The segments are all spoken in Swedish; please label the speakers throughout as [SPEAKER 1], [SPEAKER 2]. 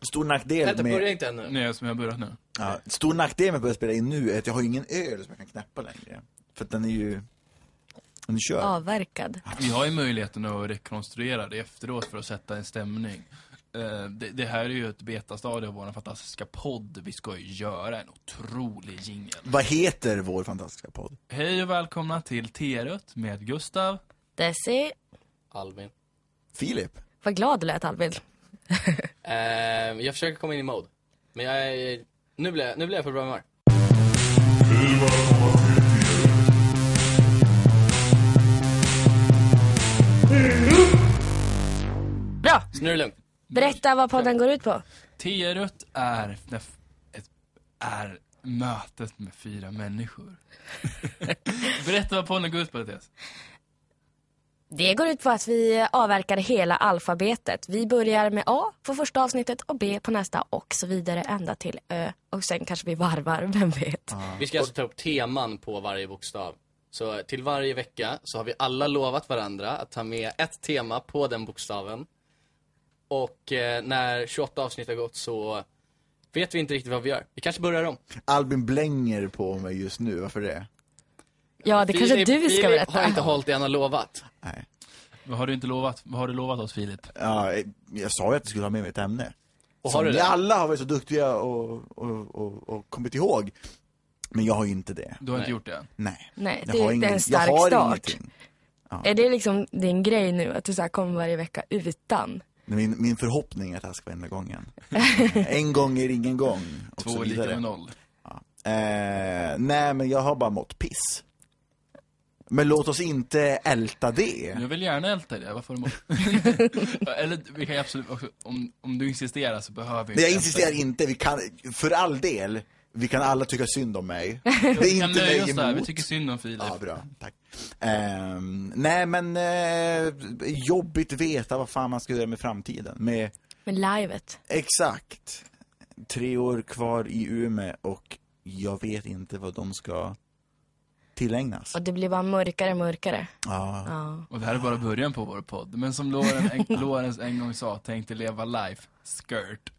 [SPEAKER 1] stor nackdel
[SPEAKER 2] Vänta, börja
[SPEAKER 1] med,
[SPEAKER 2] inte ännu.
[SPEAKER 3] Nej, som jag börjat nu.
[SPEAKER 1] ja, stor nackdel med att börja spela in nu är att jag har ingen öl som jag kan knäppa längre. För att den är ju, den är körd.
[SPEAKER 4] Avverkad.
[SPEAKER 3] Vi har ju möjligheten att rekonstruera det efteråt för att sätta en stämning. Eh, Det, det här är ju ett betastadie av vår fantastiska podd. Vi ska ju göra en otrolig jingel.
[SPEAKER 1] Vad heter vår fantastiska podd?
[SPEAKER 3] Hej och välkomna till Terut med Gustav.
[SPEAKER 4] Desi.
[SPEAKER 2] Albin.
[SPEAKER 1] Filip?
[SPEAKER 4] Vad glad du lät Albin.
[SPEAKER 2] Eh, jag försöker komma in i mode. Men jag är... Nu blir jag, nu blir jag på bra humör.
[SPEAKER 4] Bra!
[SPEAKER 2] Så nu är det lugnt.
[SPEAKER 4] Berätta vad podden går ut på.
[SPEAKER 3] Terut är, när f- ett, är mötet med fyra människor. Berätta vad podden går ut på, Mattias.
[SPEAKER 4] Det går ut på att vi avverkar hela alfabetet. Vi börjar med A på första avsnittet och B på nästa och så vidare ända till Ö. Och sen kanske vi varvar, vem vet.
[SPEAKER 2] Vi ska alltså ta upp teman på varje bokstav. Så till varje vecka så har vi alla lovat varandra att ta med ett tema på den bokstaven. Och eh, när 28 avsnitt har gått så vet vi inte riktigt vad vi gör. Vi kanske börjar om.
[SPEAKER 1] Albin blänger på mig just nu, varför det?
[SPEAKER 4] Ja, det kanske
[SPEAKER 2] Filip-
[SPEAKER 4] du ska
[SPEAKER 2] Filip har inte
[SPEAKER 4] berätta.
[SPEAKER 2] hållit det han har lovat.
[SPEAKER 1] Nej.
[SPEAKER 3] Vad har du inte lovat? Vad har du lovat oss, Filip?
[SPEAKER 1] Ja, jag- jag sa ju att jag skulle ha med mig ett ämne.
[SPEAKER 2] Och
[SPEAKER 1] Som
[SPEAKER 2] har du
[SPEAKER 1] ni
[SPEAKER 2] det?
[SPEAKER 1] alla har varit så duktiga och, och, och, och kommit ihåg. Men jag har ju inte det.
[SPEAKER 3] Du har
[SPEAKER 2] Nej.
[SPEAKER 3] inte gjort det än.
[SPEAKER 1] Nej.
[SPEAKER 4] Nej,
[SPEAKER 1] Jag
[SPEAKER 4] det är-
[SPEAKER 1] har
[SPEAKER 4] det är en
[SPEAKER 1] ingen-
[SPEAKER 4] stark
[SPEAKER 1] jag har
[SPEAKER 4] start.
[SPEAKER 1] Ingenting.
[SPEAKER 4] Är det liksom din grej nu att du så här kommer varje vecka utan?
[SPEAKER 1] Min, min förhoppning är att det här ska vara enda gången. en gång är ingen gång. Och
[SPEAKER 3] Två
[SPEAKER 1] så
[SPEAKER 3] är lika
[SPEAKER 1] vidare.
[SPEAKER 3] med noll.
[SPEAKER 1] Eh, nej, men jag har bara mått piss. Men låt oss inte älta det.
[SPEAKER 3] Jag vill gärna älta det, varför emot? Eller vi kan ju absolut också, om, om du insisterar så behöver vi
[SPEAKER 1] Nej, jag
[SPEAKER 3] älta
[SPEAKER 1] insisterar
[SPEAKER 3] det.
[SPEAKER 1] inte. Vi kan, för all del, vi kan alla tycka synd om mig. Det
[SPEAKER 3] Vi
[SPEAKER 1] är
[SPEAKER 3] kan
[SPEAKER 1] inte
[SPEAKER 3] nöja oss
[SPEAKER 1] mig
[SPEAKER 3] där, Vi
[SPEAKER 1] emot.
[SPEAKER 3] tycker synd om Filip.
[SPEAKER 1] Ja, bra. Tack. Ehm, nej, men eh, jobbigt veta vad fan man ska göra med framtiden. Med
[SPEAKER 4] Men livet.
[SPEAKER 1] exakt tre år kvar i Umeå och jag vet inte vad de ska tillägnas.
[SPEAKER 4] Och det blir bara mörkare och mörkare.
[SPEAKER 1] Ja.
[SPEAKER 4] Ja.
[SPEAKER 3] Och det här är bara början på vår podd. Men som Loren en, Lorenz en gång sa, tänkte leva life, skirt.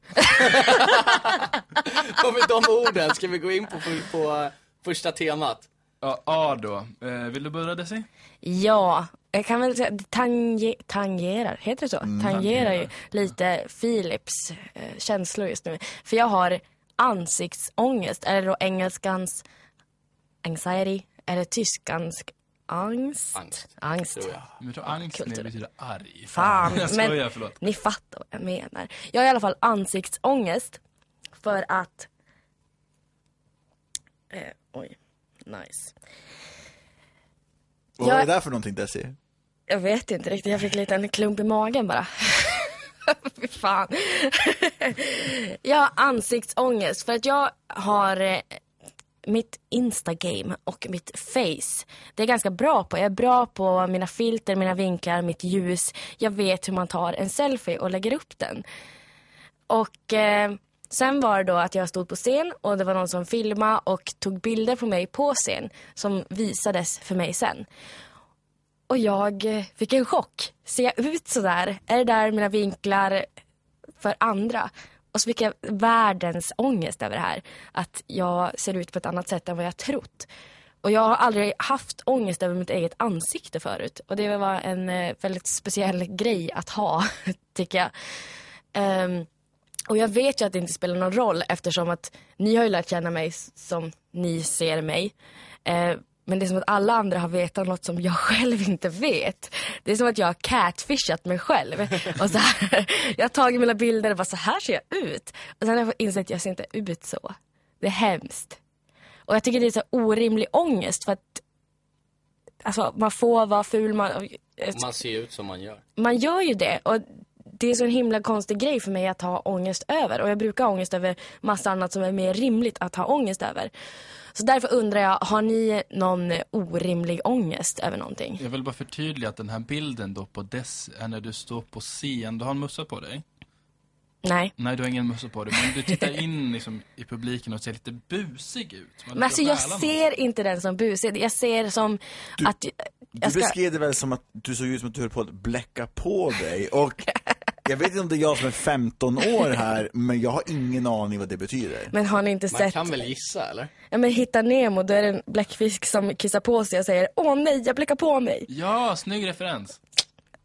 [SPEAKER 2] Och med de orden ska vi gå in på, på, på första temat.
[SPEAKER 3] Ja, A då. Eh, vill du börja Desi?
[SPEAKER 4] Ja, jag kan väl säga att det tange, tangerar, heter det så?
[SPEAKER 3] Mm,
[SPEAKER 4] tangerar ju lite Philips eh, känslor just nu. För jag har ansiktsångest, eller då engelskans anxiety, eller tyskansk angst.
[SPEAKER 2] Angst,
[SPEAKER 4] Angst.
[SPEAKER 2] tror jag.
[SPEAKER 3] Men jag tror angst
[SPEAKER 4] kul,
[SPEAKER 3] det
[SPEAKER 4] tror jag.
[SPEAKER 3] betyder arg.
[SPEAKER 4] Fan,
[SPEAKER 3] Jag
[SPEAKER 4] men-
[SPEAKER 3] skojar, förlåt.
[SPEAKER 4] Ni fattar vad jag menar. Jag har i alla fall ansiktsångest för att... Eh, oj, nice.
[SPEAKER 1] Vad
[SPEAKER 4] Jag-
[SPEAKER 1] var det där för någonting, Desi?
[SPEAKER 4] Jag vet inte riktigt, jag fick lite en klump i magen bara. Fy fan. jag har ansiktsångest för att jag har eh, mitt instagame och mitt face. Det är jag ganska bra på. Jag är bra på mina filter, mina vinklar, mitt ljus. Jag vet hur man tar en selfie och lägger upp den. Och eh, sen var det då att jag stod på scen och det var någon som filmade och tog bilder på mig på scen som visades för mig sen. Och jag eh, fick en chock. Ser jag ut så där? Är det där mina vinklar för andra? Och så fick jag världens ångest över det här. Att jag ser ut på ett annat sätt än vad jag trott. Och jag har aldrig haft ångest över mitt eget ansikte förut. Och det var en eh, väldigt speciell grej att ha, tycker jag. Ehm, och jag vet ju att det inte spelar någon roll eftersom att ni har ju lärt känna mig s- som ni ser mig. Eh, men det är som att alla andra har vetat något som jag själv inte vet. Det är som att jag har catfishat mig själv. Och så här, jag har tagit mina bilder och bara så här ser jag ut. Och sen har jag fått inse att jag ser inte ut så. Det är hemskt. Och jag tycker det är så orimlig ångest för att alltså, man får vara ful. Man,
[SPEAKER 2] Man ser ut som man gör.
[SPEAKER 4] man gör ju det. Och det är så en himla konstig grej för mig att ha ångest över. Och jag brukar ha ångest över massa annat som är mer rimligt att ha ångest över. Så därför undrar jag, har ni någon orimlig ångest över någonting?
[SPEAKER 3] Jag vill bara förtydliga att den här bilden då på Desi är när du står på scen. Du har en mössa på dig?
[SPEAKER 4] Nej.
[SPEAKER 3] Nej, du har ingen mössa på dig. Men du tittar in liksom, i publiken och ser lite busig ut. Man
[SPEAKER 4] Men alltså jag
[SPEAKER 3] lite välan.
[SPEAKER 4] ser inte den som busig. Jag ser som att...
[SPEAKER 1] Du
[SPEAKER 4] Jag ska-
[SPEAKER 1] beskrev det väl som att du såg ut som att du höll på att bläcka på dig och Jag vet inte om det är jag som är 15 år här, men jag har ingen aning vad det betyder.
[SPEAKER 4] Men har ni inte
[SPEAKER 2] Man
[SPEAKER 4] sett?
[SPEAKER 2] kan väl gissa eller?
[SPEAKER 4] Ja, men hitta Nemo, då är det en bläckfisk som kissar på sig och säger Åh nej, jag bläckar på mig.
[SPEAKER 3] Ja, snygg referens.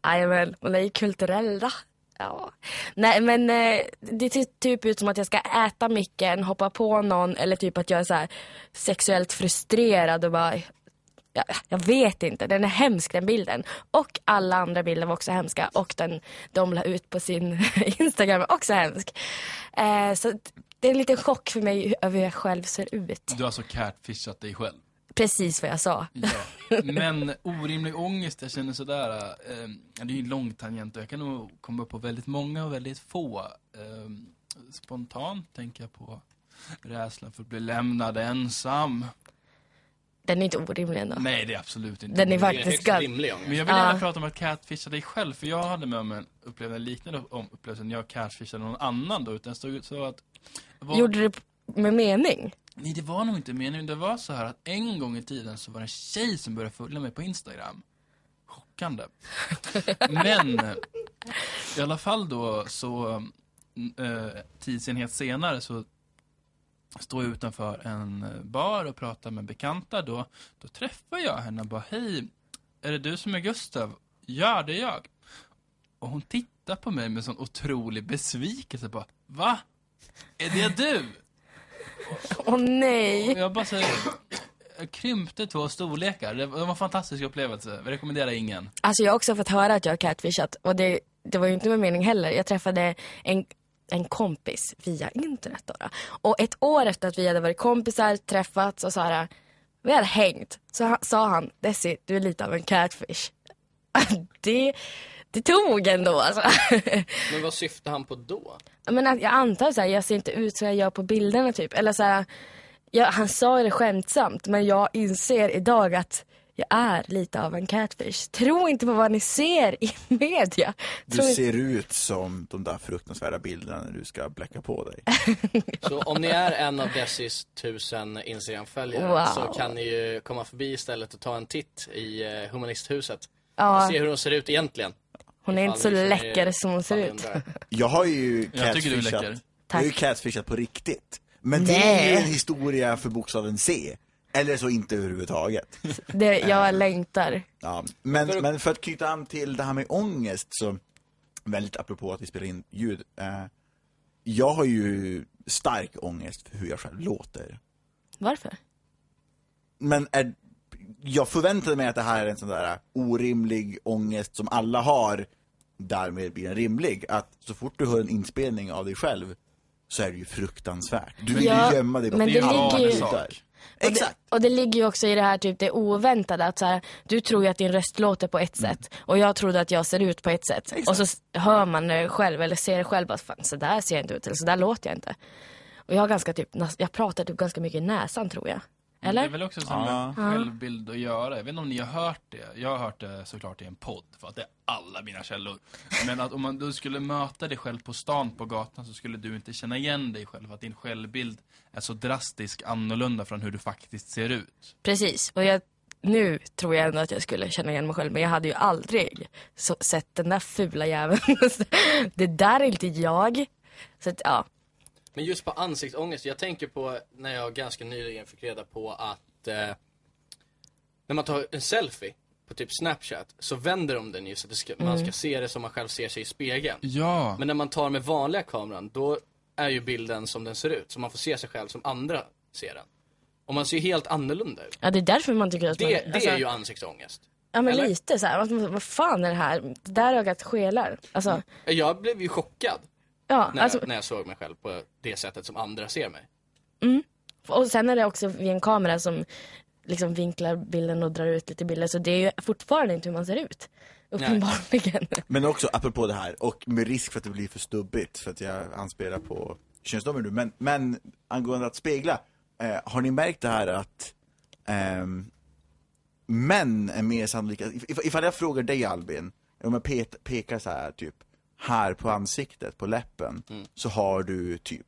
[SPEAKER 4] Jajamän, man är ju kulturell då. Ja. Nej men eh, det ser typ ut som att jag ska äta mycket, hoppa på någon eller typ att jag är så här sexuellt frustrerad och bara jag, jag vet inte, den är hemsk den bilden. Och alla andra bilder var också hemska och den de la ut på sin Instagram var också hemsk. Eh, så att det är en liten chock för mig över hur jag själv ser ut.
[SPEAKER 3] Du har alltså catfishat dig själv.
[SPEAKER 4] Precis vad jag sa.
[SPEAKER 3] Ja. Men orimlig ångest, jag känner sådär, eh, det är ju en lång tangent och jag kan nog komma på väldigt många och väldigt få. Eh, spontant tänker jag på rädslan för att bli lämnad ensam.
[SPEAKER 4] Den är inte orimlig ändå.
[SPEAKER 3] Nej, det är absolut inte
[SPEAKER 4] Ah. Den
[SPEAKER 3] orimligt.
[SPEAKER 4] är
[SPEAKER 2] Det är en
[SPEAKER 4] faktiskt
[SPEAKER 2] högst
[SPEAKER 4] gal.
[SPEAKER 2] rimlig ångest.
[SPEAKER 3] Men jag vill gärna
[SPEAKER 4] Ja.
[SPEAKER 3] prata om att catfisha dig själv, för jag hade med om en upplevelse, en liknande om- upplevelse när jag catfishade någon annan då, utan det stod ut så att... Var,
[SPEAKER 4] Gjorde du det med mening?
[SPEAKER 3] Nej, det var nog inte meningen. Det var så här att en gång i tiden så var det en tjej som började följa mig på Instagram. Chockande. Men, eh, i alla fall då så, mm, eh, tidsenhet senare så står jag utanför en eh, bar och pratar med bekanta då. Då träffar jag henne och bara, hej, är det du som är Gustav? Ja, det är jag. Och hon tittar på mig med sån otrolig besvikelse bara, va? Är det du?
[SPEAKER 4] Åh nej.
[SPEAKER 3] Och Jag bara säger, jag krympte två storlekar. Det var det var en fantastisk upplevelse. Jag rekommenderar ingen.
[SPEAKER 4] Alltså jag har också fått höra att jag har catfishat och det, det var ju inte med mening heller. Jag träffade en, en kompis via internet då, då. Och ett år efter att vi hade varit kompisar, träffats och så här, vi hade hängt. Så ha- sa han, Desi du är lite av en catfish. det, det tog ändå alltså.
[SPEAKER 2] Men vad syftar han på då?
[SPEAKER 4] Men att jag antar så här, jag ser inte ut som jag gör på bilderna typ. Eller så här, jag, han sa ju det skämtsamt men jag inser idag att jag är lite av en catfish. Tro inte på vad ni ser i media.
[SPEAKER 1] Du
[SPEAKER 4] Tro inte-
[SPEAKER 1] ser ut som de där fruktansvärda bilderna när du ska bläcka på dig.
[SPEAKER 2] Så om ni är en av Dessis tusen Instagram-följare
[SPEAKER 4] Wow.
[SPEAKER 2] så kan ni ju komma förbi istället och ta en titt i eh, Humanisthuset. Och
[SPEAKER 4] Ja,
[SPEAKER 2] se hur hon ser ut egentligen.
[SPEAKER 4] hon är inte så
[SPEAKER 2] Ifall ni känner er-
[SPEAKER 4] läcker som hon ser
[SPEAKER 2] ifall ni
[SPEAKER 4] ut.
[SPEAKER 2] undrar.
[SPEAKER 1] Jag har ju
[SPEAKER 3] Jag tycker du är
[SPEAKER 1] catfishat,
[SPEAKER 3] läcker.
[SPEAKER 1] jag har ju
[SPEAKER 4] Tack.
[SPEAKER 1] catfishat på riktigt. Men det är ju
[SPEAKER 4] Nej.
[SPEAKER 1] en historia för bokstaven C. Eller så inte överhuvudtaget.
[SPEAKER 4] Det, jag längtar.
[SPEAKER 1] Ja. Men, men för att knyta an till det här med ångest så, väldigt apropå att vi spelar in ljud. Eh, jag har ju stark ångest för hur jag själv låter.
[SPEAKER 4] Varför?
[SPEAKER 1] Men är, jag förväntade mig att det här är en sån där orimlig ångest som alla har. Därmed blir den rimlig. Att så fort du hör en inspelning av dig själv så är det ju fruktansvärt. Du vill
[SPEAKER 4] Ja,
[SPEAKER 1] ju gömma dig
[SPEAKER 4] men
[SPEAKER 3] det ligger ju-
[SPEAKER 1] där.
[SPEAKER 4] Och det,
[SPEAKER 1] Exakt.
[SPEAKER 4] och det ligger ju också i det här typ det oväntade att så här, du tror ju att din röst låter på ett sätt och jag trodde att jag ser ut på ett sätt och så s- hör man det själv eller ser det själv att fan så där ser jag inte ut eller så där låter jag inte. Och jag har ganska typ, nas- jag pratar typ ganska mycket i näsan tror jag.
[SPEAKER 3] Det är
[SPEAKER 4] Eller?
[SPEAKER 3] väl också så med
[SPEAKER 1] Ja.
[SPEAKER 3] självbild att göra. Jag vet inte om ni har hört det. Jag har hört det såklart i en podd, för att det är alla mina källor. Men att om man, du skulle möta dig själv på stan, på gatan, så skulle du inte känna igen dig själv. För att din självbild är så drastiskt annorlunda från hur du faktiskt ser ut.
[SPEAKER 4] Precis. Och jag, nu tror jag ändå att jag skulle känna igen mig själv men jag hade ju aldrig så, sett den där fula jäveln. det där är inte jag. Så att, ja.
[SPEAKER 2] Men just på ansiktsångest, jag tänker på när jag ganska nyligen fick reda på att eh, när man tar en selfie på typ Snapchat så vänder de den ju så att det ska, man
[SPEAKER 4] Mm.
[SPEAKER 2] ska se det som man själv ser sig i spegeln.
[SPEAKER 3] Ja.
[SPEAKER 2] Men när man tar med vanliga kameran, då är ju bilden som den ser ut. Så man får se sig själv som andra ser den. Och man ser ju helt annorlunda ut.
[SPEAKER 4] ja, det är därför man tycker att
[SPEAKER 2] Det,
[SPEAKER 4] man...
[SPEAKER 2] det
[SPEAKER 4] alltså-
[SPEAKER 2] är ju ansiktsångest.
[SPEAKER 4] Ja men
[SPEAKER 2] Eller?
[SPEAKER 4] lite så här. Alltså, Vad, vad fan är det här? Det där ögat skelar. Alltså,
[SPEAKER 2] Jag blev ju chockad
[SPEAKER 4] ja,
[SPEAKER 2] när,
[SPEAKER 4] alltså,
[SPEAKER 2] jag, när jag såg mig själv på det sättet som andra ser mig.
[SPEAKER 4] och sen är det också vid en kamera som liksom vinklar bilden och drar ut lite bilder så det är ju fortfarande inte hur man ser ut. Uppenbarligen.
[SPEAKER 1] Men också apropå det här, och med risk för att det blir för stubbigt för att jag anspelar på könsnormer nu. Men, men angående att spegla, eh, har ni märkt det här att ehm, män är mer sannolika? if- If, ifall jag frågar dig Albin, om jag pet, pekar så här typ här på ansiktet, på läppen,
[SPEAKER 2] Mm.
[SPEAKER 1] så har du typ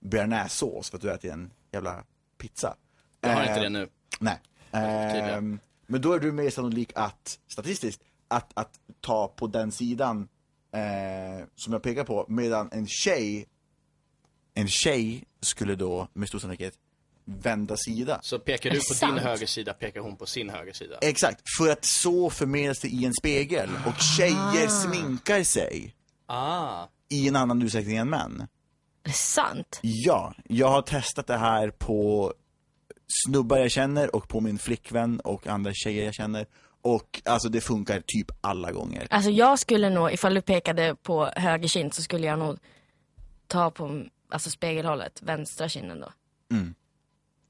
[SPEAKER 1] bearnaisesås för att du äter en jävla pizza.
[SPEAKER 2] Jag har
[SPEAKER 1] Eh,
[SPEAKER 2] inte det nu.
[SPEAKER 1] Nej.
[SPEAKER 2] Tydligen.
[SPEAKER 1] Ehm, men då är du mer sannolik att, statistiskt, att, att ta på den sidan eh, som jag pekar på, medan en tjej, en tjej skulle då med stor sannolikhet vända sida.
[SPEAKER 2] Så pekar du på
[SPEAKER 4] Sant.
[SPEAKER 2] din högersida pekar hon på sin högersida.
[SPEAKER 1] Exakt, för att så förmenas det i en spegel. Och tjejer sminkar sig
[SPEAKER 2] Ah,
[SPEAKER 1] i en annan utsträckning än män.
[SPEAKER 4] Är det sant?
[SPEAKER 1] Ja, jag har testat det här på snubbar jag känner och på min flickvän och andra tjejer jag känner. Och alltså det funkar typ alla gånger.
[SPEAKER 4] Alltså jag skulle nog, ifall du pekade på höger kind så skulle jag nog ta på alltså spegelhållet, vänstra kinden då.
[SPEAKER 1] Mm.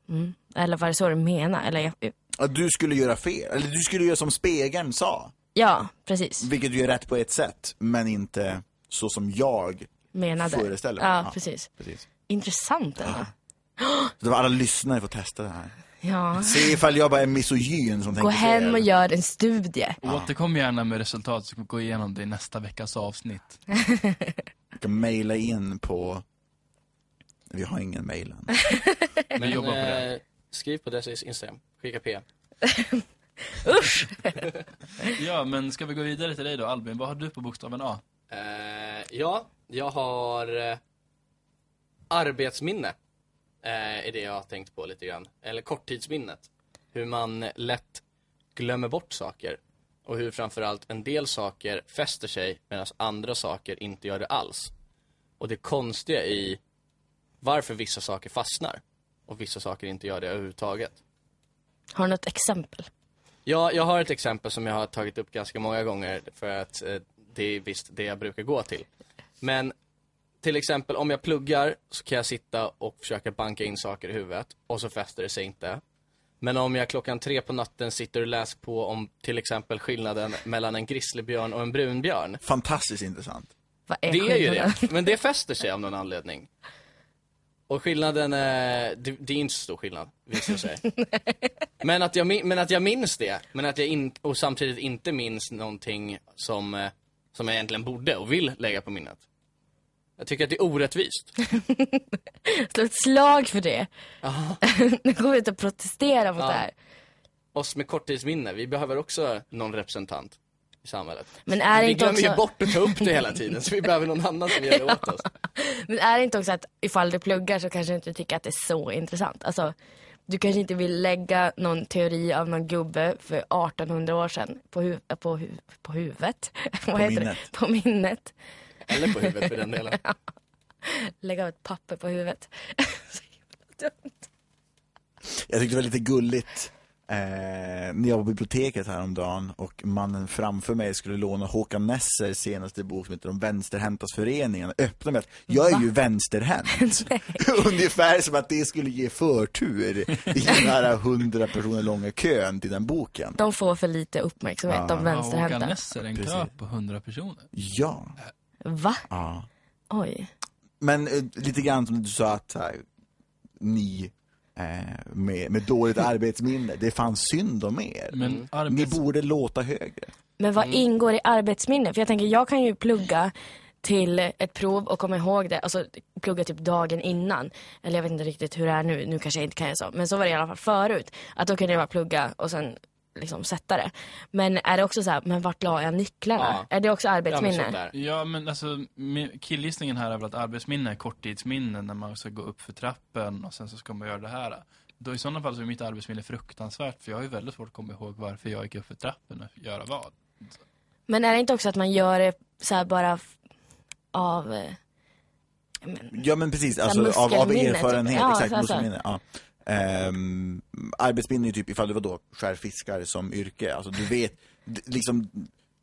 [SPEAKER 4] Mm. Eller var det så du menar? Eller jag,
[SPEAKER 1] Att du skulle göra fel, eller du skulle göra som spegeln sa.
[SPEAKER 4] ja, precis.
[SPEAKER 1] Vilket du gör rätt på ett sätt, men inte så som jag
[SPEAKER 4] Menade.
[SPEAKER 1] föreställer mig.
[SPEAKER 4] Ja,
[SPEAKER 1] Ja.
[SPEAKER 4] precis.
[SPEAKER 1] Precis.
[SPEAKER 4] Intressant ändå.
[SPEAKER 1] Så det var alla lyssnare får testa det här.
[SPEAKER 4] Ja.
[SPEAKER 1] Se ifall jag bara är misogyn som
[SPEAKER 4] Gå
[SPEAKER 1] tänker
[SPEAKER 4] hem och
[SPEAKER 1] fel.
[SPEAKER 4] gör en studie.
[SPEAKER 3] Återkom gärna med resultat så vi går igenom det i nästa veckas avsnitt.
[SPEAKER 1] Jag kan mejla in på... Vi har ingen mejl än.
[SPEAKER 2] men
[SPEAKER 3] jobbar på det.
[SPEAKER 2] eh, skriv på Dessys Instagram, skicka PM.
[SPEAKER 4] Usch!
[SPEAKER 3] Ja, men ska vi gå vidare till dig då Albin? Vad har du på bokstaven A?
[SPEAKER 2] Eh, ja, jag har eh, arbetsminne. Eh, är det jag har tänkt på lite grann. Eller korttidsminnet. Hur man lätt glömmer bort saker. Och hur framförallt en del saker fäster sig medan andra saker inte gör det alls. Och det konstiga i varför vissa saker fastnar och vissa saker inte gör det överhuvudtaget.
[SPEAKER 4] Har du något exempel?
[SPEAKER 2] Ja, jag har ett exempel som jag har tagit upp ganska många gånger för att eh, det är visst det jag brukar gå till. Men till exempel om jag pluggar så kan jag sitta och försöka banka in saker i huvudet och så fäster det sig inte. Men om jag klockan tre på natten sitter och läser på om till exempel skillnaden mellan en grizzlybjörn och en brunbjörn.
[SPEAKER 1] Fantastiskt intressant.
[SPEAKER 4] Vad är
[SPEAKER 2] Det är ju
[SPEAKER 4] skillnaden?
[SPEAKER 2] det, men det fäster sig av någon anledning. Och skillnaden, eh, det, det är inte så stor skillnad, visst jag säger. men, att jag, min- men att jag minns det, men att jag in, och samtidigt inte minns någonting som, eh, som jag egentligen borde och vill lägga på minnet. Jag tycker att det är orättvist.
[SPEAKER 4] Slå ett slag för det. nu går vi ut och protestera mot
[SPEAKER 2] Ja.
[SPEAKER 4] det här.
[SPEAKER 2] Oss med korttidsminne, vi behöver också någon representant i samhället.
[SPEAKER 4] Men är det
[SPEAKER 2] vi
[SPEAKER 4] inte
[SPEAKER 2] glömmer ju
[SPEAKER 4] också-
[SPEAKER 2] bort att ta upp det hela tiden, så vi behöver någon annan som gör det åt oss.
[SPEAKER 4] Men är det inte också att ifall du pluggar så kanske du inte tycker att det är så intressant? Alltså, du kanske inte vill lägga någon teori av någon gubbe för 1800 år sedan på, hu- äh, på, hu- på huvudet. Vad heter
[SPEAKER 1] minnet.
[SPEAKER 4] Det? På minnet.
[SPEAKER 2] Eller på huvudet för den delen.
[SPEAKER 4] Lägga av ett papper på huvudet. Så jävla dumt.
[SPEAKER 1] Jag tyckte det var lite gulligt eh, när jag var på biblioteket häromdagen och mannen framför mig skulle låna Håkan Nesser senaste bok som heter De vänsterhäntas föreningen. Öppna med att jag är ju vänsterhänt. Ungefär som att det skulle ge förtur i den här hundra personer långa kön till den boken.
[SPEAKER 4] de får för lite uppmärksamhet, de
[SPEAKER 3] Håkan
[SPEAKER 4] vänsterhänta.
[SPEAKER 3] Nesser, en
[SPEAKER 1] Precis. Mm.
[SPEAKER 3] kö på 100 personer.
[SPEAKER 1] Ja.
[SPEAKER 4] Va?
[SPEAKER 1] ja.
[SPEAKER 4] Oj.
[SPEAKER 1] Men eh, lite grann som du sa att så här, ni eh, med, med dåligt arbetsminne, det fanns synd om er.
[SPEAKER 3] Men
[SPEAKER 1] Ni
[SPEAKER 3] arbets...
[SPEAKER 1] borde låta högre.
[SPEAKER 4] Men vad
[SPEAKER 2] Mm.
[SPEAKER 4] ingår i arbetsminne? För jag tänker, jag kan ju plugga till ett prov och komma ihåg det, alltså plugga typ dagen innan. Eller jag vet inte riktigt hur det är nu, nu kanske jag inte kan göra så. Men så var det i alla fall förut. Att då kunde jag bara plugga och sen liksom sätta det. Men är det också så här, men vart la jag nycklarna? Är det också
[SPEAKER 2] Ja, men
[SPEAKER 4] arbetsminne?
[SPEAKER 2] sånt där.
[SPEAKER 3] Ja, men alltså mi- killgissningen här är väl att arbetsminne är korttidsminne när man ska gå upp för trappen och sen så ska man göra det här. Då i sådana fall så är mitt arbetsminne fruktansvärt för jag har ju väldigt svårt att komma ihåg varför jag gick upp för trappen och göra vad.
[SPEAKER 4] men är det inte också att man gör det så här bara f- av... eh, ja, men-
[SPEAKER 1] Ja men precis,
[SPEAKER 4] här
[SPEAKER 1] alltså, av, av
[SPEAKER 4] muskelminne,
[SPEAKER 1] erfarenhet.
[SPEAKER 4] typ. Ja,
[SPEAKER 1] exakt,
[SPEAKER 4] så här, så här.
[SPEAKER 1] muskelminne. Ja. Ehm, arbetsminne är typ ifall du var då skärfiskare som yrke, alltså du vet, d- liksom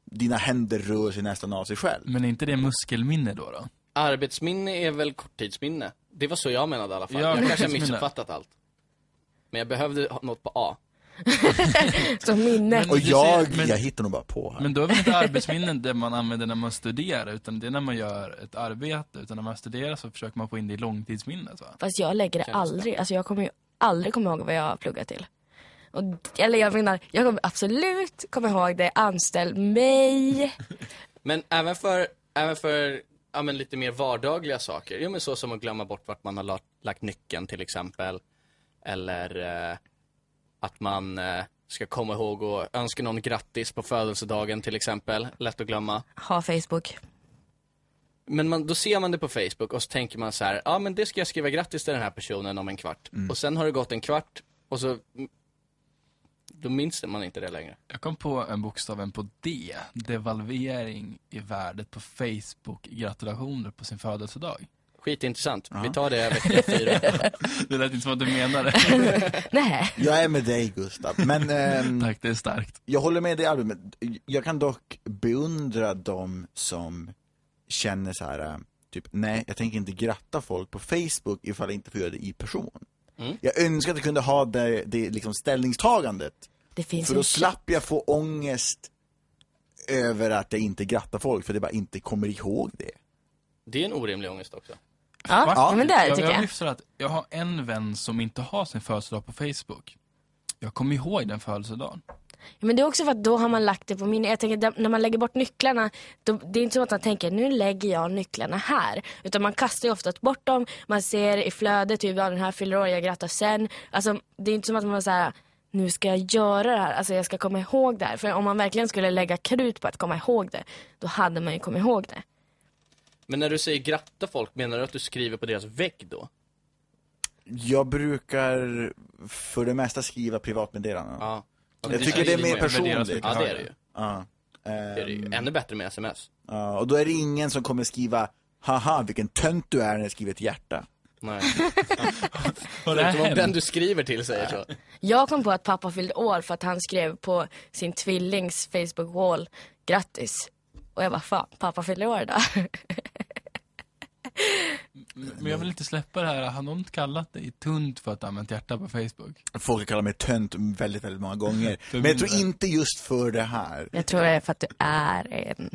[SPEAKER 1] dina händer rör sig nästan av sig själv.
[SPEAKER 3] Men är inte det muskelminne då? då?
[SPEAKER 2] Arbetsminne är väl korttidsminne? Det var så jag menade i alla fall.
[SPEAKER 3] Ja,
[SPEAKER 2] jag kanske har
[SPEAKER 3] korttidsminne.
[SPEAKER 2] missuppfattat allt. Men jag behövde ha något på A.
[SPEAKER 4] Så minne.
[SPEAKER 3] Men-
[SPEAKER 1] Och
[SPEAKER 3] du
[SPEAKER 1] jag,
[SPEAKER 3] ser- men-
[SPEAKER 1] jag hittar nog bara på här.
[SPEAKER 3] Men då är väl inte arbetsminnen det man använder när man studerar utan det är när man gör ett arbete. Utan när man studerar så försöker man få in det i långtidsminnet va?
[SPEAKER 4] Fast jag lägger det
[SPEAKER 2] Känns det.
[SPEAKER 4] aldrig, alltså jag kommer ju aldrig komma ihåg vad jag har pluggat till. Och, eller jag menar, jag kommer absolut komma ihåg det, anställ mig.
[SPEAKER 2] Men även för, även för ja, men lite mer vardagliga saker. Jo, men så som att glömma bort vart man har lagt, lagt nyckeln till exempel. Eller eh, att man eh, ska komma ihåg och önska någon grattis på födelsedagen till exempel. Lätt att glömma.
[SPEAKER 4] Ha Facebook.
[SPEAKER 2] Men man, då ser man det på Facebook och så tänker man så här, ja men det ska jag skriva grattis till den här personen om en kvart.
[SPEAKER 1] Mm.
[SPEAKER 2] Och sen har det gått en kvart och så, mm, då minns man inte det längre.
[SPEAKER 3] Jag kom på en bokstaven på D. Devalvering i värdet på Facebook-gratulationer på sin födelsedag.
[SPEAKER 2] Skitintressant. Vi tar det vecka fyra.
[SPEAKER 3] Det lät inte som att du menade.
[SPEAKER 4] Nej.
[SPEAKER 1] Jag är med dig Gustav, men ehm,
[SPEAKER 3] Tack, det är starkt.
[SPEAKER 1] jag håller med dig i albumet. Jag kan dock beundra de som känner så här, eh, typ nej, jag tänker inte gratta folk på Facebook ifall jag inte får göra det i person.
[SPEAKER 3] Mm.
[SPEAKER 1] Jag önskar att jag kunde ha det, det liksom ställningstagandet
[SPEAKER 4] Det finns
[SPEAKER 1] För
[SPEAKER 4] en
[SPEAKER 1] då slapp jag få ångest över att jag inte grattar folk för det bara inte kommer ihåg det.
[SPEAKER 2] Det är en orimlig ångest också.
[SPEAKER 4] Ja,
[SPEAKER 3] Va?
[SPEAKER 4] ja, men det är det
[SPEAKER 3] jag,
[SPEAKER 4] tycker
[SPEAKER 3] jag
[SPEAKER 4] jag.
[SPEAKER 3] lyfter att jag har en vän som inte har sin födelsedag på Facebook. Jag kommer ihåg den födelsedagen.
[SPEAKER 4] Men det är också för att då har man lagt det på minne. Jag tänker där- när man lägger bort nycklarna, då, det är inte så att man tänker nu lägger jag nycklarna här. Utan man kastar ju oftast bort dem, man ser i flödet typ ja, den här fyller år, jag grattar sen. Alltså det är inte som att man säger nu ska jag göra det här, alltså jag ska komma ihåg det här. För om man verkligen skulle lägga krut på att komma ihåg det, då hade man ju kommit ihåg det.
[SPEAKER 2] Men när du säger gratta folk, menar du att du skriver på deras vägg då?
[SPEAKER 1] Jag brukar för det mesta skriva privatmeddelanden.
[SPEAKER 2] Ja.
[SPEAKER 1] Jag tycker det är mer
[SPEAKER 3] värderas
[SPEAKER 1] personligt.
[SPEAKER 3] mycket
[SPEAKER 2] Ja, det är det ju.
[SPEAKER 1] Ja.
[SPEAKER 2] Det är det ju.
[SPEAKER 1] Ehm,
[SPEAKER 2] Ännu bättre med sms.
[SPEAKER 1] ja, och då är det ingen som kommer skriva Haha, vilken tönt du är när jag skriver ett hjärta.
[SPEAKER 2] Nej.
[SPEAKER 3] Har det
[SPEAKER 2] Förutom om
[SPEAKER 3] hänt?
[SPEAKER 2] den du skriver till säger så.
[SPEAKER 4] Jag kom på att pappa fyllde år för att han skrev på sin tvillings Facebook-wall grattis. Och jag bara fan, pappa fyller år idag.
[SPEAKER 3] Men jag vill inte släppa det här. Har någon inte kallat dig tunt för att du använt hjärta på Facebook?
[SPEAKER 1] Folk har kallat mig tönt väldigt, väldigt många gånger.
[SPEAKER 3] För
[SPEAKER 1] Men jag tror
[SPEAKER 3] min del.
[SPEAKER 1] inte just för det här.
[SPEAKER 4] Jag tror det är för att du är en.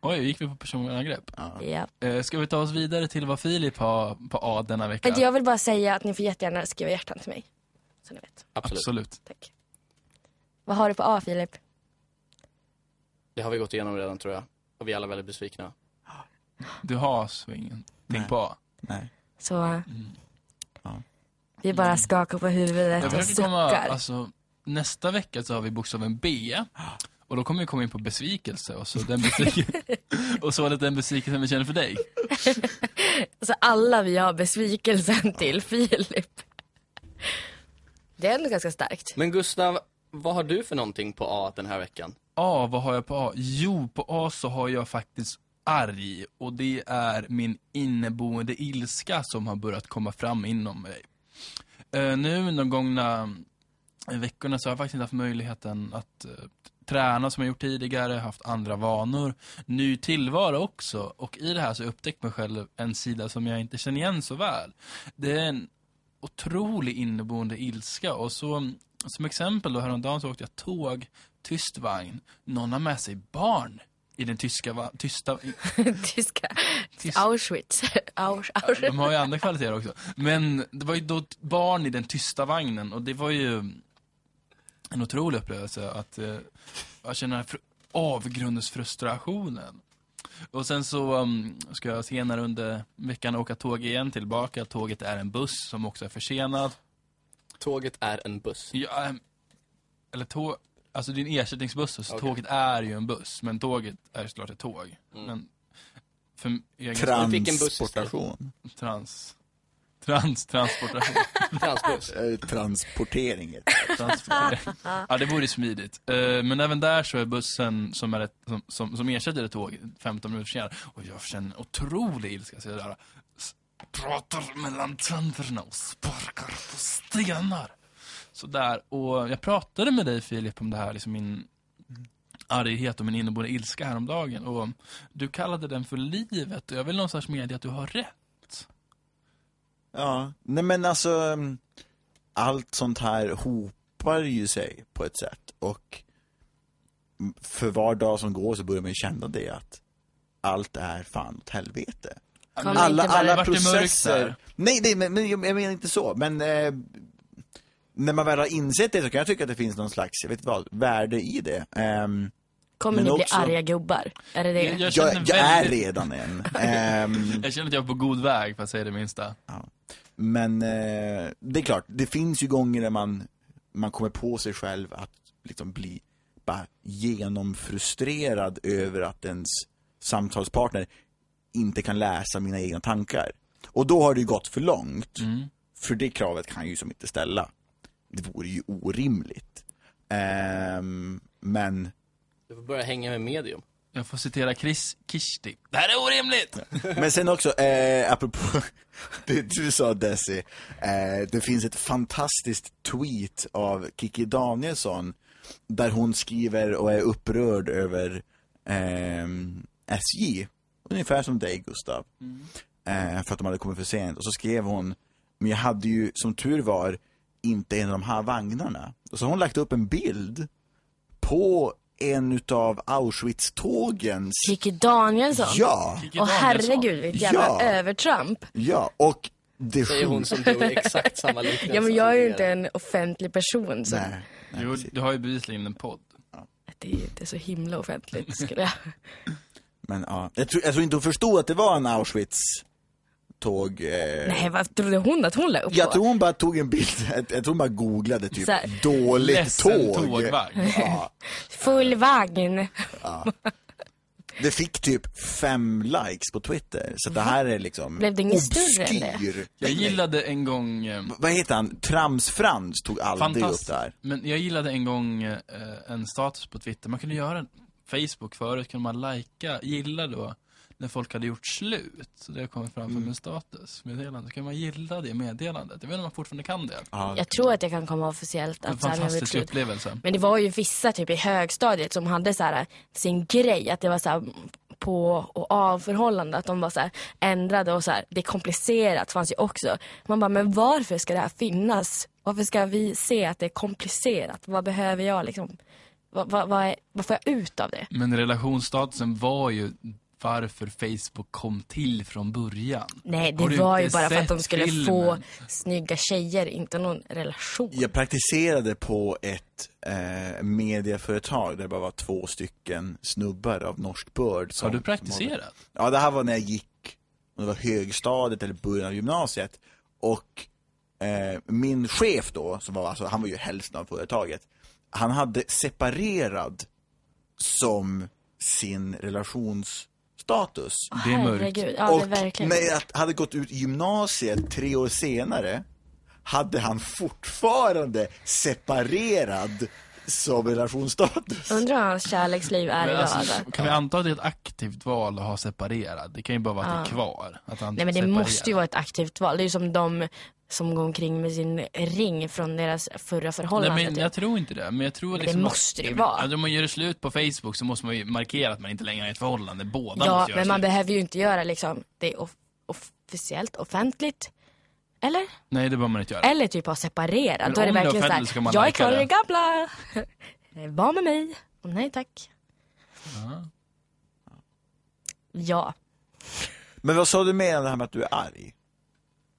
[SPEAKER 3] Oj, gick vi på personangrepp?
[SPEAKER 4] Ja.
[SPEAKER 3] Eh, ska vi ta oss vidare till vad Filip har på A denna vecka?
[SPEAKER 4] Vänta, jag vill bara säga att ni får jättegärna skriva hjärtan till mig. Så ni vet.
[SPEAKER 2] Absolut.
[SPEAKER 3] Absolut.
[SPEAKER 4] Tack. Vad har du på A Filip?
[SPEAKER 2] Det har vi gått igenom redan tror jag. Och vi är alla väldigt besvikna.
[SPEAKER 3] Du har svingen. Tänk
[SPEAKER 1] Nej.
[SPEAKER 3] på A.
[SPEAKER 1] Nej.
[SPEAKER 4] Så eh,
[SPEAKER 1] Ja.
[SPEAKER 4] vi bara skakar på
[SPEAKER 3] Mm. Jag
[SPEAKER 4] huvudet och
[SPEAKER 3] försöker komma,
[SPEAKER 4] suckar.
[SPEAKER 3] alltså, nästa vecka så har vi bokstaven B. Och då kommer vi komma in på besvikelse och så den besvikelsen, och så var det den besvikelsen vi känner för dig.
[SPEAKER 4] Alltså alla vi har besvikelsen till Filip. Det är ändå ganska starkt.
[SPEAKER 2] Men Gustav, vad har du för någonting på A den här veckan?
[SPEAKER 3] A, vad har jag på A? Jo, på A så har jag faktiskt arg och det är min inneboende ilska som har börjat komma fram inom mig. Eh, nu de gångna eh, veckorna så har jag faktiskt inte haft möjligheten att eh, träna som jag gjort tidigare, haft andra vanor, ny tillvaro också och i det här så har jag upptäckt mig själv en sida som jag inte känner igen så väl. Det är en otrolig inneboende ilska och så som exempel då häromdagen så åkte jag tåg, tyst vagn, någon har med sig barn i den tyska, va- tysta, i-
[SPEAKER 4] Tyska.
[SPEAKER 3] Tyst.
[SPEAKER 4] Auschwitz. Aus, Aus.
[SPEAKER 3] de har ju andra kvaliteter också. Men det var ju då t- barn i den tysta vagnen och det var ju en otrolig upplevelse att eh, jag känner den här fru- avgrundsfrustrationen. Och sen så um, ska jag senare under veckan åka tåg igen tillbaka. Tåget är en buss som också är försenad.
[SPEAKER 2] Tåget är en buss.
[SPEAKER 3] Ja, ehm, eller tåg, alltså det är en ersättningsbuss så
[SPEAKER 2] Okej.
[SPEAKER 3] tåget är ju en buss men tåget är ju såklart ett tåg. Men för egen
[SPEAKER 2] fick en buss istället.
[SPEAKER 1] Transportation.
[SPEAKER 3] trans, trans, transportation.
[SPEAKER 2] Transbuss.
[SPEAKER 1] Eh, Transportering. heter det.
[SPEAKER 3] Transportering. ja, det vore smidigt. Eh, Men även där så är bussen som, är ett, som, som, som ersätter ett tåg 15 minuter försenad. Och jag känner otrolig ilska. Så jag där, s- pratar mellan tänderna och sparkar på stenar. Så där. Och jag pratade med dig Filip om det här, liksom min arghet och min inneboende ilska häromdagen. Och du kallade den för livet och jag vill någonstans medge att du har rätt.
[SPEAKER 1] Ja, nej men alltså mm, allt sånt här hopar ju sig på ett sätt och mm, för var dag som går så börjar man ju känna det att allt är fan åt helvete.
[SPEAKER 4] Kommer inte
[SPEAKER 1] Alla,
[SPEAKER 4] vara-
[SPEAKER 1] alla
[SPEAKER 3] Vart det mörkt
[SPEAKER 1] processer.
[SPEAKER 3] där?
[SPEAKER 1] Nej, nej men, men jag jag menar inte så, men eh, när man väl har insett det så kan jag tycka att det finns någon slags, jag vet inte vad, värde i det. Ehm,
[SPEAKER 4] Kommer
[SPEAKER 1] Men
[SPEAKER 4] ni bli
[SPEAKER 1] också-
[SPEAKER 4] arga gubbar? Är det det?
[SPEAKER 3] jag,
[SPEAKER 1] jag,
[SPEAKER 3] känner
[SPEAKER 1] jag är
[SPEAKER 3] väldigt-
[SPEAKER 1] redan en. Ehm,
[SPEAKER 3] jag känner att jag är på god väg för att säga det minsta.
[SPEAKER 1] Men eh, det är klart, det finns ju gånger där man, man kommer på sig själv att liksom bli bara genomfrustrerad över att ens samtalspartner inte kan läsa mina egna tankar. Och då har det ju gått för långt. För det kravet kan jag ju som inte ställa. Det vore ju orimligt. Ehm, men
[SPEAKER 2] Du får börja hänga med medium.
[SPEAKER 3] Jag får citera Chris Kishti. Det här är orimligt!
[SPEAKER 1] Men sen också, eh, apropå det du sa Desi, eh, det finns ett fantastiskt tweet av Kiki Danielsson där hon skriver och är upprörd över ehm, SJ, ungefär som dig Gustav, eh, för att de hade kommit för sent. Och så skrev hon, men jag hade ju som tur var inte en av de här vagnarna. Och så har hon lagt upp en bild på en utav Auschwitz-tågens...
[SPEAKER 4] Kikki Danielsson.
[SPEAKER 1] Ja!
[SPEAKER 3] Kiki
[SPEAKER 4] Och
[SPEAKER 3] Danielsson.
[SPEAKER 4] herregud vilket jävla
[SPEAKER 1] Ja.
[SPEAKER 4] övertramp.
[SPEAKER 1] Ja, och det
[SPEAKER 2] Det är ju hon
[SPEAKER 1] sjuka-
[SPEAKER 2] som drog exakt samma liknelse.
[SPEAKER 4] Ja men jag är ju
[SPEAKER 2] som
[SPEAKER 4] inte
[SPEAKER 2] er.
[SPEAKER 4] en offentlig person så
[SPEAKER 1] Nej, nej,
[SPEAKER 3] Jo,
[SPEAKER 1] precis.
[SPEAKER 3] du har ju bevisligen en podd.
[SPEAKER 4] det är ju inte så himla offentligt skulle jag.
[SPEAKER 1] Men ja, jag tror, jag tror inte hon förstod att det var en Auschwitz-tåg. Eh.
[SPEAKER 4] Nej vad trodde hon att hon la upp
[SPEAKER 1] Jag
[SPEAKER 4] på?
[SPEAKER 1] tror hon bara tog en bild, jag, jag tror hon bara googlade typ
[SPEAKER 4] Så här,
[SPEAKER 1] dåligt
[SPEAKER 3] Ledsen
[SPEAKER 1] tåg.
[SPEAKER 3] tågvagn.
[SPEAKER 1] Ja,
[SPEAKER 4] Full vagn.
[SPEAKER 1] det fick typ fem likes på Twitter, så det här är liksom
[SPEAKER 4] Blev det inget större än det?
[SPEAKER 1] obskyr.
[SPEAKER 3] Jag gillade en gång... eh,
[SPEAKER 1] Vad heter han? Trams-Frans tog aldrig upp
[SPEAKER 3] Fantastiskt.
[SPEAKER 1] det här.
[SPEAKER 3] Men jag gillade en gång eh, en status på Twitter. Man kunde göra Facebook förut, kunde man lajka, gilla då när folk hade gjort slut. Så det har kommit fram
[SPEAKER 1] Mm.
[SPEAKER 3] som en statusmeddelande. Så kan man gilla det meddelandet. Jag vet inte om man fortfarande kan det.
[SPEAKER 1] Ja,
[SPEAKER 4] Jag tror att jag kan komma officiellt
[SPEAKER 3] En
[SPEAKER 4] att så här, när vi
[SPEAKER 1] typ
[SPEAKER 3] fantastisk
[SPEAKER 4] trodde-
[SPEAKER 3] upplevelse.
[SPEAKER 4] Men det var ju vissa typ i högstadiet som hade så här, sin grej, att det var så här, på och av förhållande, att de var så här, ändrade och så här, det är komplicerat fanns ju också. Man bara, men varför ska det här finnas? Varför ska vi se att det är komplicerat? Vad behöver jag liksom? Vad, vad, vad, är, vad får jag ut av det?
[SPEAKER 3] Men relationsstatusen var ju varför Facebook kom till från början.
[SPEAKER 4] Nej,
[SPEAKER 3] Har
[SPEAKER 4] det
[SPEAKER 3] du
[SPEAKER 4] var ju
[SPEAKER 3] inte
[SPEAKER 4] bara för att de
[SPEAKER 3] sett
[SPEAKER 4] skulle
[SPEAKER 3] filmen?
[SPEAKER 4] få snygga tjejer, inte någon relation.
[SPEAKER 1] Jag praktiserade på ett eh, medieföretag där det bara var två stycken snubbar av norsk börd. som-
[SPEAKER 3] Har du
[SPEAKER 1] som hade-
[SPEAKER 3] praktiserat?
[SPEAKER 1] Ja, det här var när jag gick, om det var högstadiet eller början av gymnasiet. Och eh, min chef då, som var, alltså, han var ju hälften av företaget, han hade separerad som sin relationsstatus.
[SPEAKER 3] Det är mörkt.
[SPEAKER 4] Herregud, ja det
[SPEAKER 1] och
[SPEAKER 4] är verkligen.
[SPEAKER 1] när jag hade gått ut gymnasiet tre år senare, hade han fortfarande separerad som relationsstatus.
[SPEAKER 4] Undrar hur hans kärleksliv är
[SPEAKER 3] Men
[SPEAKER 4] idag.
[SPEAKER 3] alltså,
[SPEAKER 4] Alltså,
[SPEAKER 3] kan vi anta att det är ett aktivt val att ha separerat? Det kan ju bara vara att det är kvar. Att han
[SPEAKER 4] Nej men det
[SPEAKER 3] separerar.
[SPEAKER 4] måste ju vara ett aktivt val. Det är ju som de som går omkring med sin ring från deras förra förhållande.
[SPEAKER 3] Nej, men
[SPEAKER 4] typ.
[SPEAKER 3] jag tror inte det. Men jag tror liksom
[SPEAKER 4] måste det ju
[SPEAKER 3] att,
[SPEAKER 4] vara.
[SPEAKER 3] Alltså, om man gör det slut på Facebook så måste man ju markera att man inte längre är i ett förhållande. Båda
[SPEAKER 4] ja,
[SPEAKER 3] måste göra
[SPEAKER 4] men man
[SPEAKER 3] slut.
[SPEAKER 4] behöver ju inte göra liksom, det är off- officiellt, offentligt. Eller?
[SPEAKER 3] Nej, det behöver man inte göra.
[SPEAKER 4] Eller typ ha separerat.
[SPEAKER 3] Men
[SPEAKER 4] Då är det
[SPEAKER 3] om det är
[SPEAKER 4] verkligen
[SPEAKER 3] offentligt så kan
[SPEAKER 4] såhär,
[SPEAKER 3] man
[SPEAKER 4] jag är
[SPEAKER 3] lajka
[SPEAKER 4] kvar i
[SPEAKER 3] det."
[SPEAKER 4] det gamla. Var med mig. Och nej tack.
[SPEAKER 3] Ja.
[SPEAKER 4] Ja.
[SPEAKER 1] Men vad sa du med det här med att du är arg?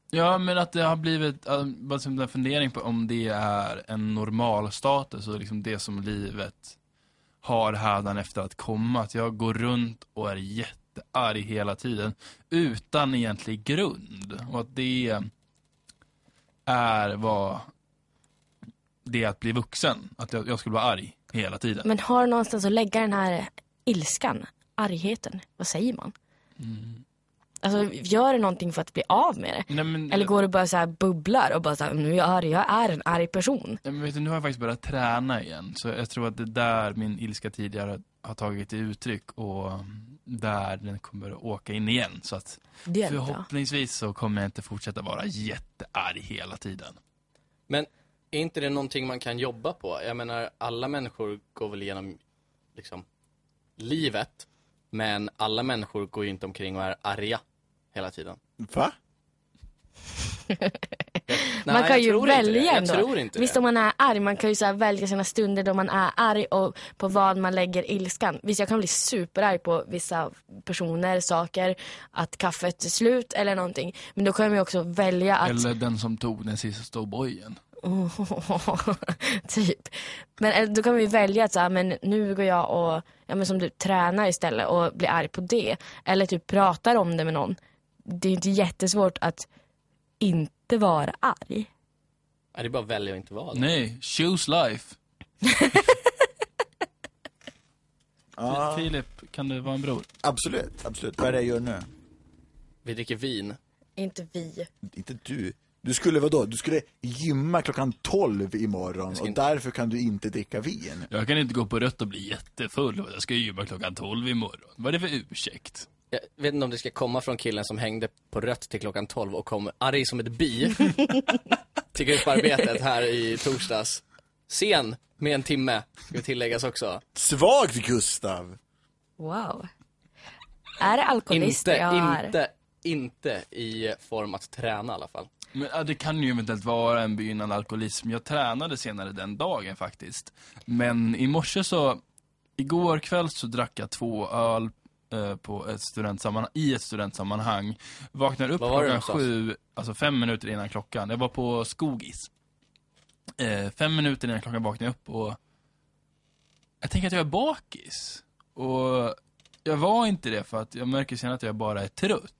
[SPEAKER 3] Ja, men att det har blivit, äh, bara som en fundering på om det är en normal status och liksom det som livet har härdan efter att komma. Att jag går runt och är jättearg hela tiden utan egentlig grund. Och att det är vad det är att bli vuxen. Att jag, jag skulle vara arg hela tiden.
[SPEAKER 4] Men har du någonstans att lägga den här ilskan, argheten? Vad säger man?
[SPEAKER 3] Mm.
[SPEAKER 4] Alltså gör du någonting för att bli av med det?
[SPEAKER 3] Nej, men,
[SPEAKER 4] Eller går du bara så här bubblar och bara så här, nu är jag arg, jag är en arg person.
[SPEAKER 3] Nej, men vet du, nu har jag faktiskt börjat träna igen. Så jag tror att det är där min ilska tidigare har tagit till uttryck och mm, där den kommer börja åka in igen. Så att
[SPEAKER 4] Det är bra.
[SPEAKER 3] förhoppningsvis så kommer jag inte fortsätta vara jättearg hela tiden.
[SPEAKER 2] Men är inte det någonting man kan jobba på? Jag menar, alla människor går väl igenom liksom, livet, men alla människor går ju inte omkring och är arga hela tiden.
[SPEAKER 1] Va?
[SPEAKER 4] man
[SPEAKER 2] Nej,
[SPEAKER 4] kan
[SPEAKER 2] jag
[SPEAKER 4] ju
[SPEAKER 2] tror inte
[SPEAKER 4] välja
[SPEAKER 2] det. Jag
[SPEAKER 4] ändå.
[SPEAKER 2] tror inte
[SPEAKER 4] Visst
[SPEAKER 2] det.
[SPEAKER 4] om man är arg, man kan ju så här välja sina stunder då man är arg och på vad man lägger ilskan. Visst jag kan bli superarg på vissa personer, saker, att kaffet är slut eller någonting. Men då kan jag ju också välja att
[SPEAKER 3] Eller den som tog den sista storbojen.
[SPEAKER 4] typ. Men eller, då kan vi ju välja att så här, men nu går jag och, ja men som du, tränar istället och blir arg på det. Eller typ pratar om det med någon. Det är ju inte jättesvårt att inte vara arg.
[SPEAKER 2] Nej, det är bara att välja att inte vara det.
[SPEAKER 3] Nej, choose life.
[SPEAKER 1] Ja.
[SPEAKER 3] Filip, kan du vara en bror?
[SPEAKER 1] Absolut, absolut. Vad är det jag gör nu?
[SPEAKER 2] Vi dricker vin.
[SPEAKER 4] Inte vi.
[SPEAKER 1] Inte du. Du skulle vadå? Du skulle gymma klockan 12 imorgon och därför kan du inte dricka vin.
[SPEAKER 3] Jag kan inte gå på rött och bli jättefull. Jag ska ju gymma klockan 12 imorgon. Vad är det för ursäkt?
[SPEAKER 2] Jag vet inte om det ska komma från killen som hängde på rött till klockan 12 och kom arg som ett bi till grupparbetet här i torsdags. Sen med en timme, ska tilläggas också.
[SPEAKER 1] Svagt Gustav!
[SPEAKER 4] Wow. Är det alkoholister
[SPEAKER 2] Inte,
[SPEAKER 4] jag har?
[SPEAKER 2] inte, inte i form att träna i alla fall.
[SPEAKER 3] Men, ja, det kan ju eventuellt vara en begynnande alkoholism. Jag tränade senare den dagen faktiskt. Men i morse så, igår kväll så drack jag två öl eh, på ett studentsammanhang, i ett studentsammanhang. Vaknade upp
[SPEAKER 2] Var var du
[SPEAKER 3] klockan
[SPEAKER 2] någonstans?
[SPEAKER 3] sju, alltså fem minuter innan klockan. Jag var på Skogis. Eh, fem minuter innan klockan vaknade jag upp och jag tänker att jag är bakis. Och jag var inte det för att jag märker sen att jag bara är trött.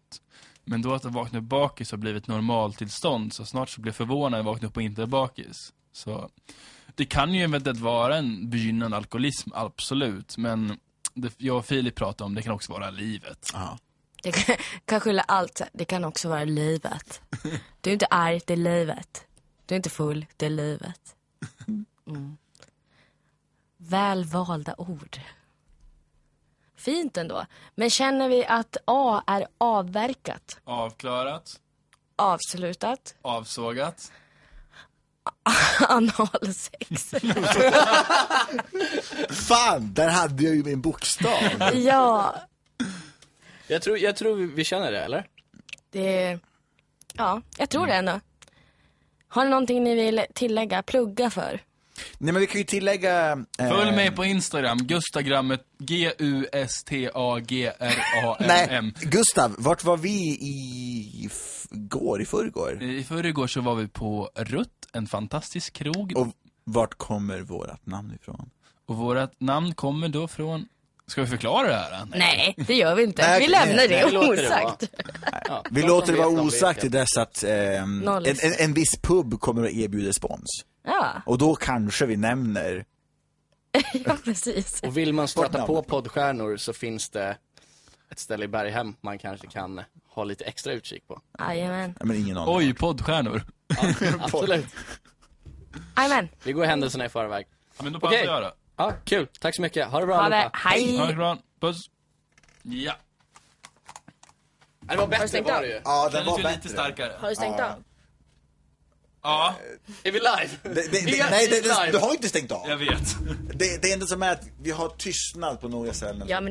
[SPEAKER 3] Men då att jag vaknade upp bakis har blivit normaltillstånd så snart så blir jag förvånad när jag vaknar upp och inte är bakis. Så det kan ju eventuellt vara en begynnande alkoholism, absolut. Men det, jag och Filip pratade om, det kan också vara livet.
[SPEAKER 1] Ja.
[SPEAKER 4] Det kan, kan skylla allt. Det kan också vara livet. Du är inte arg, det är livet. Du är inte full, det är livet. Mm. Väl valda ord. Fint ändå. Men känner vi att A är avverkat,
[SPEAKER 3] Avklarat,
[SPEAKER 4] avslutat,
[SPEAKER 3] avsågat.
[SPEAKER 4] analsex?
[SPEAKER 1] Fan, där hade jag ju min bokstav!
[SPEAKER 4] ja,
[SPEAKER 2] Jag tror, jag tror vi känner det, eller?
[SPEAKER 4] det... Ja, jag tror det ändå. Har ni någonting ni vill tillägga, plugga för?
[SPEAKER 1] Nej men vi kan ju tillägga... eh,
[SPEAKER 3] Följ mig på Instagram, Gustagrammet, G-U-S-T-A-G-R-A-M-M.
[SPEAKER 1] Nej, Gustav, vart var vi i f- går, i förrgår?
[SPEAKER 3] I förrgår så var vi på Rutt, en fantastisk krog.
[SPEAKER 1] Och vart kommer vårat namn ifrån?
[SPEAKER 3] Och vårt namn kommer då från... Ska vi förklara det här? Nej.
[SPEAKER 4] Nej, det gör vi inte.
[SPEAKER 1] Nej,
[SPEAKER 4] vi lämnar
[SPEAKER 1] nej,
[SPEAKER 4] det
[SPEAKER 2] nej, låter det vara.
[SPEAKER 4] osagt.
[SPEAKER 2] Ja,
[SPEAKER 1] Vi
[SPEAKER 2] de
[SPEAKER 1] låter
[SPEAKER 2] som
[SPEAKER 1] det vara
[SPEAKER 2] vet, de vet
[SPEAKER 1] osagt
[SPEAKER 2] det.
[SPEAKER 1] till dess att ehm, en,
[SPEAKER 4] Noll.
[SPEAKER 1] en, en viss pub kommer att erbjuda spons.
[SPEAKER 4] Ja,
[SPEAKER 1] Och då kanske vi nämner
[SPEAKER 4] ja, precis.
[SPEAKER 2] Och vill man stöta på
[SPEAKER 1] Sportnamn.
[SPEAKER 2] poddstjärnor så finns det ett ställe i Berghem man kanske kan ha lite extra utkik på.
[SPEAKER 4] Jajamän.
[SPEAKER 1] Nej, men ingen aning.
[SPEAKER 3] Oj, poddstjärnor.
[SPEAKER 2] Ja, absolut.
[SPEAKER 4] Jajamän.
[SPEAKER 2] Vi går händelserna i förväg.
[SPEAKER 3] Ja, men då
[SPEAKER 2] Okej.
[SPEAKER 3] passar jag då.
[SPEAKER 2] Ja, kul. Tack så mycket. Ha det bra
[SPEAKER 4] Ha det.
[SPEAKER 2] allihopa.
[SPEAKER 4] Hej.
[SPEAKER 3] Ha det bra. Puss. Ja.
[SPEAKER 2] Ja, Det var bättre
[SPEAKER 4] stängt
[SPEAKER 2] var
[SPEAKER 4] av?
[SPEAKER 2] det ju.
[SPEAKER 1] Ja, den
[SPEAKER 3] Kändes
[SPEAKER 1] var
[SPEAKER 3] ju lite
[SPEAKER 1] bättre.
[SPEAKER 3] starkare.
[SPEAKER 4] Har du stängt av?
[SPEAKER 3] Ja,
[SPEAKER 2] Är vi live?
[SPEAKER 1] Det, det,
[SPEAKER 2] Vi
[SPEAKER 1] det,
[SPEAKER 2] är
[SPEAKER 1] nej, det, det,
[SPEAKER 2] live.
[SPEAKER 1] du har inte stängt av.
[SPEAKER 3] jag vet.
[SPEAKER 1] Det, det enda som är att vi har tystnad på några ställen.
[SPEAKER 4] Ja, men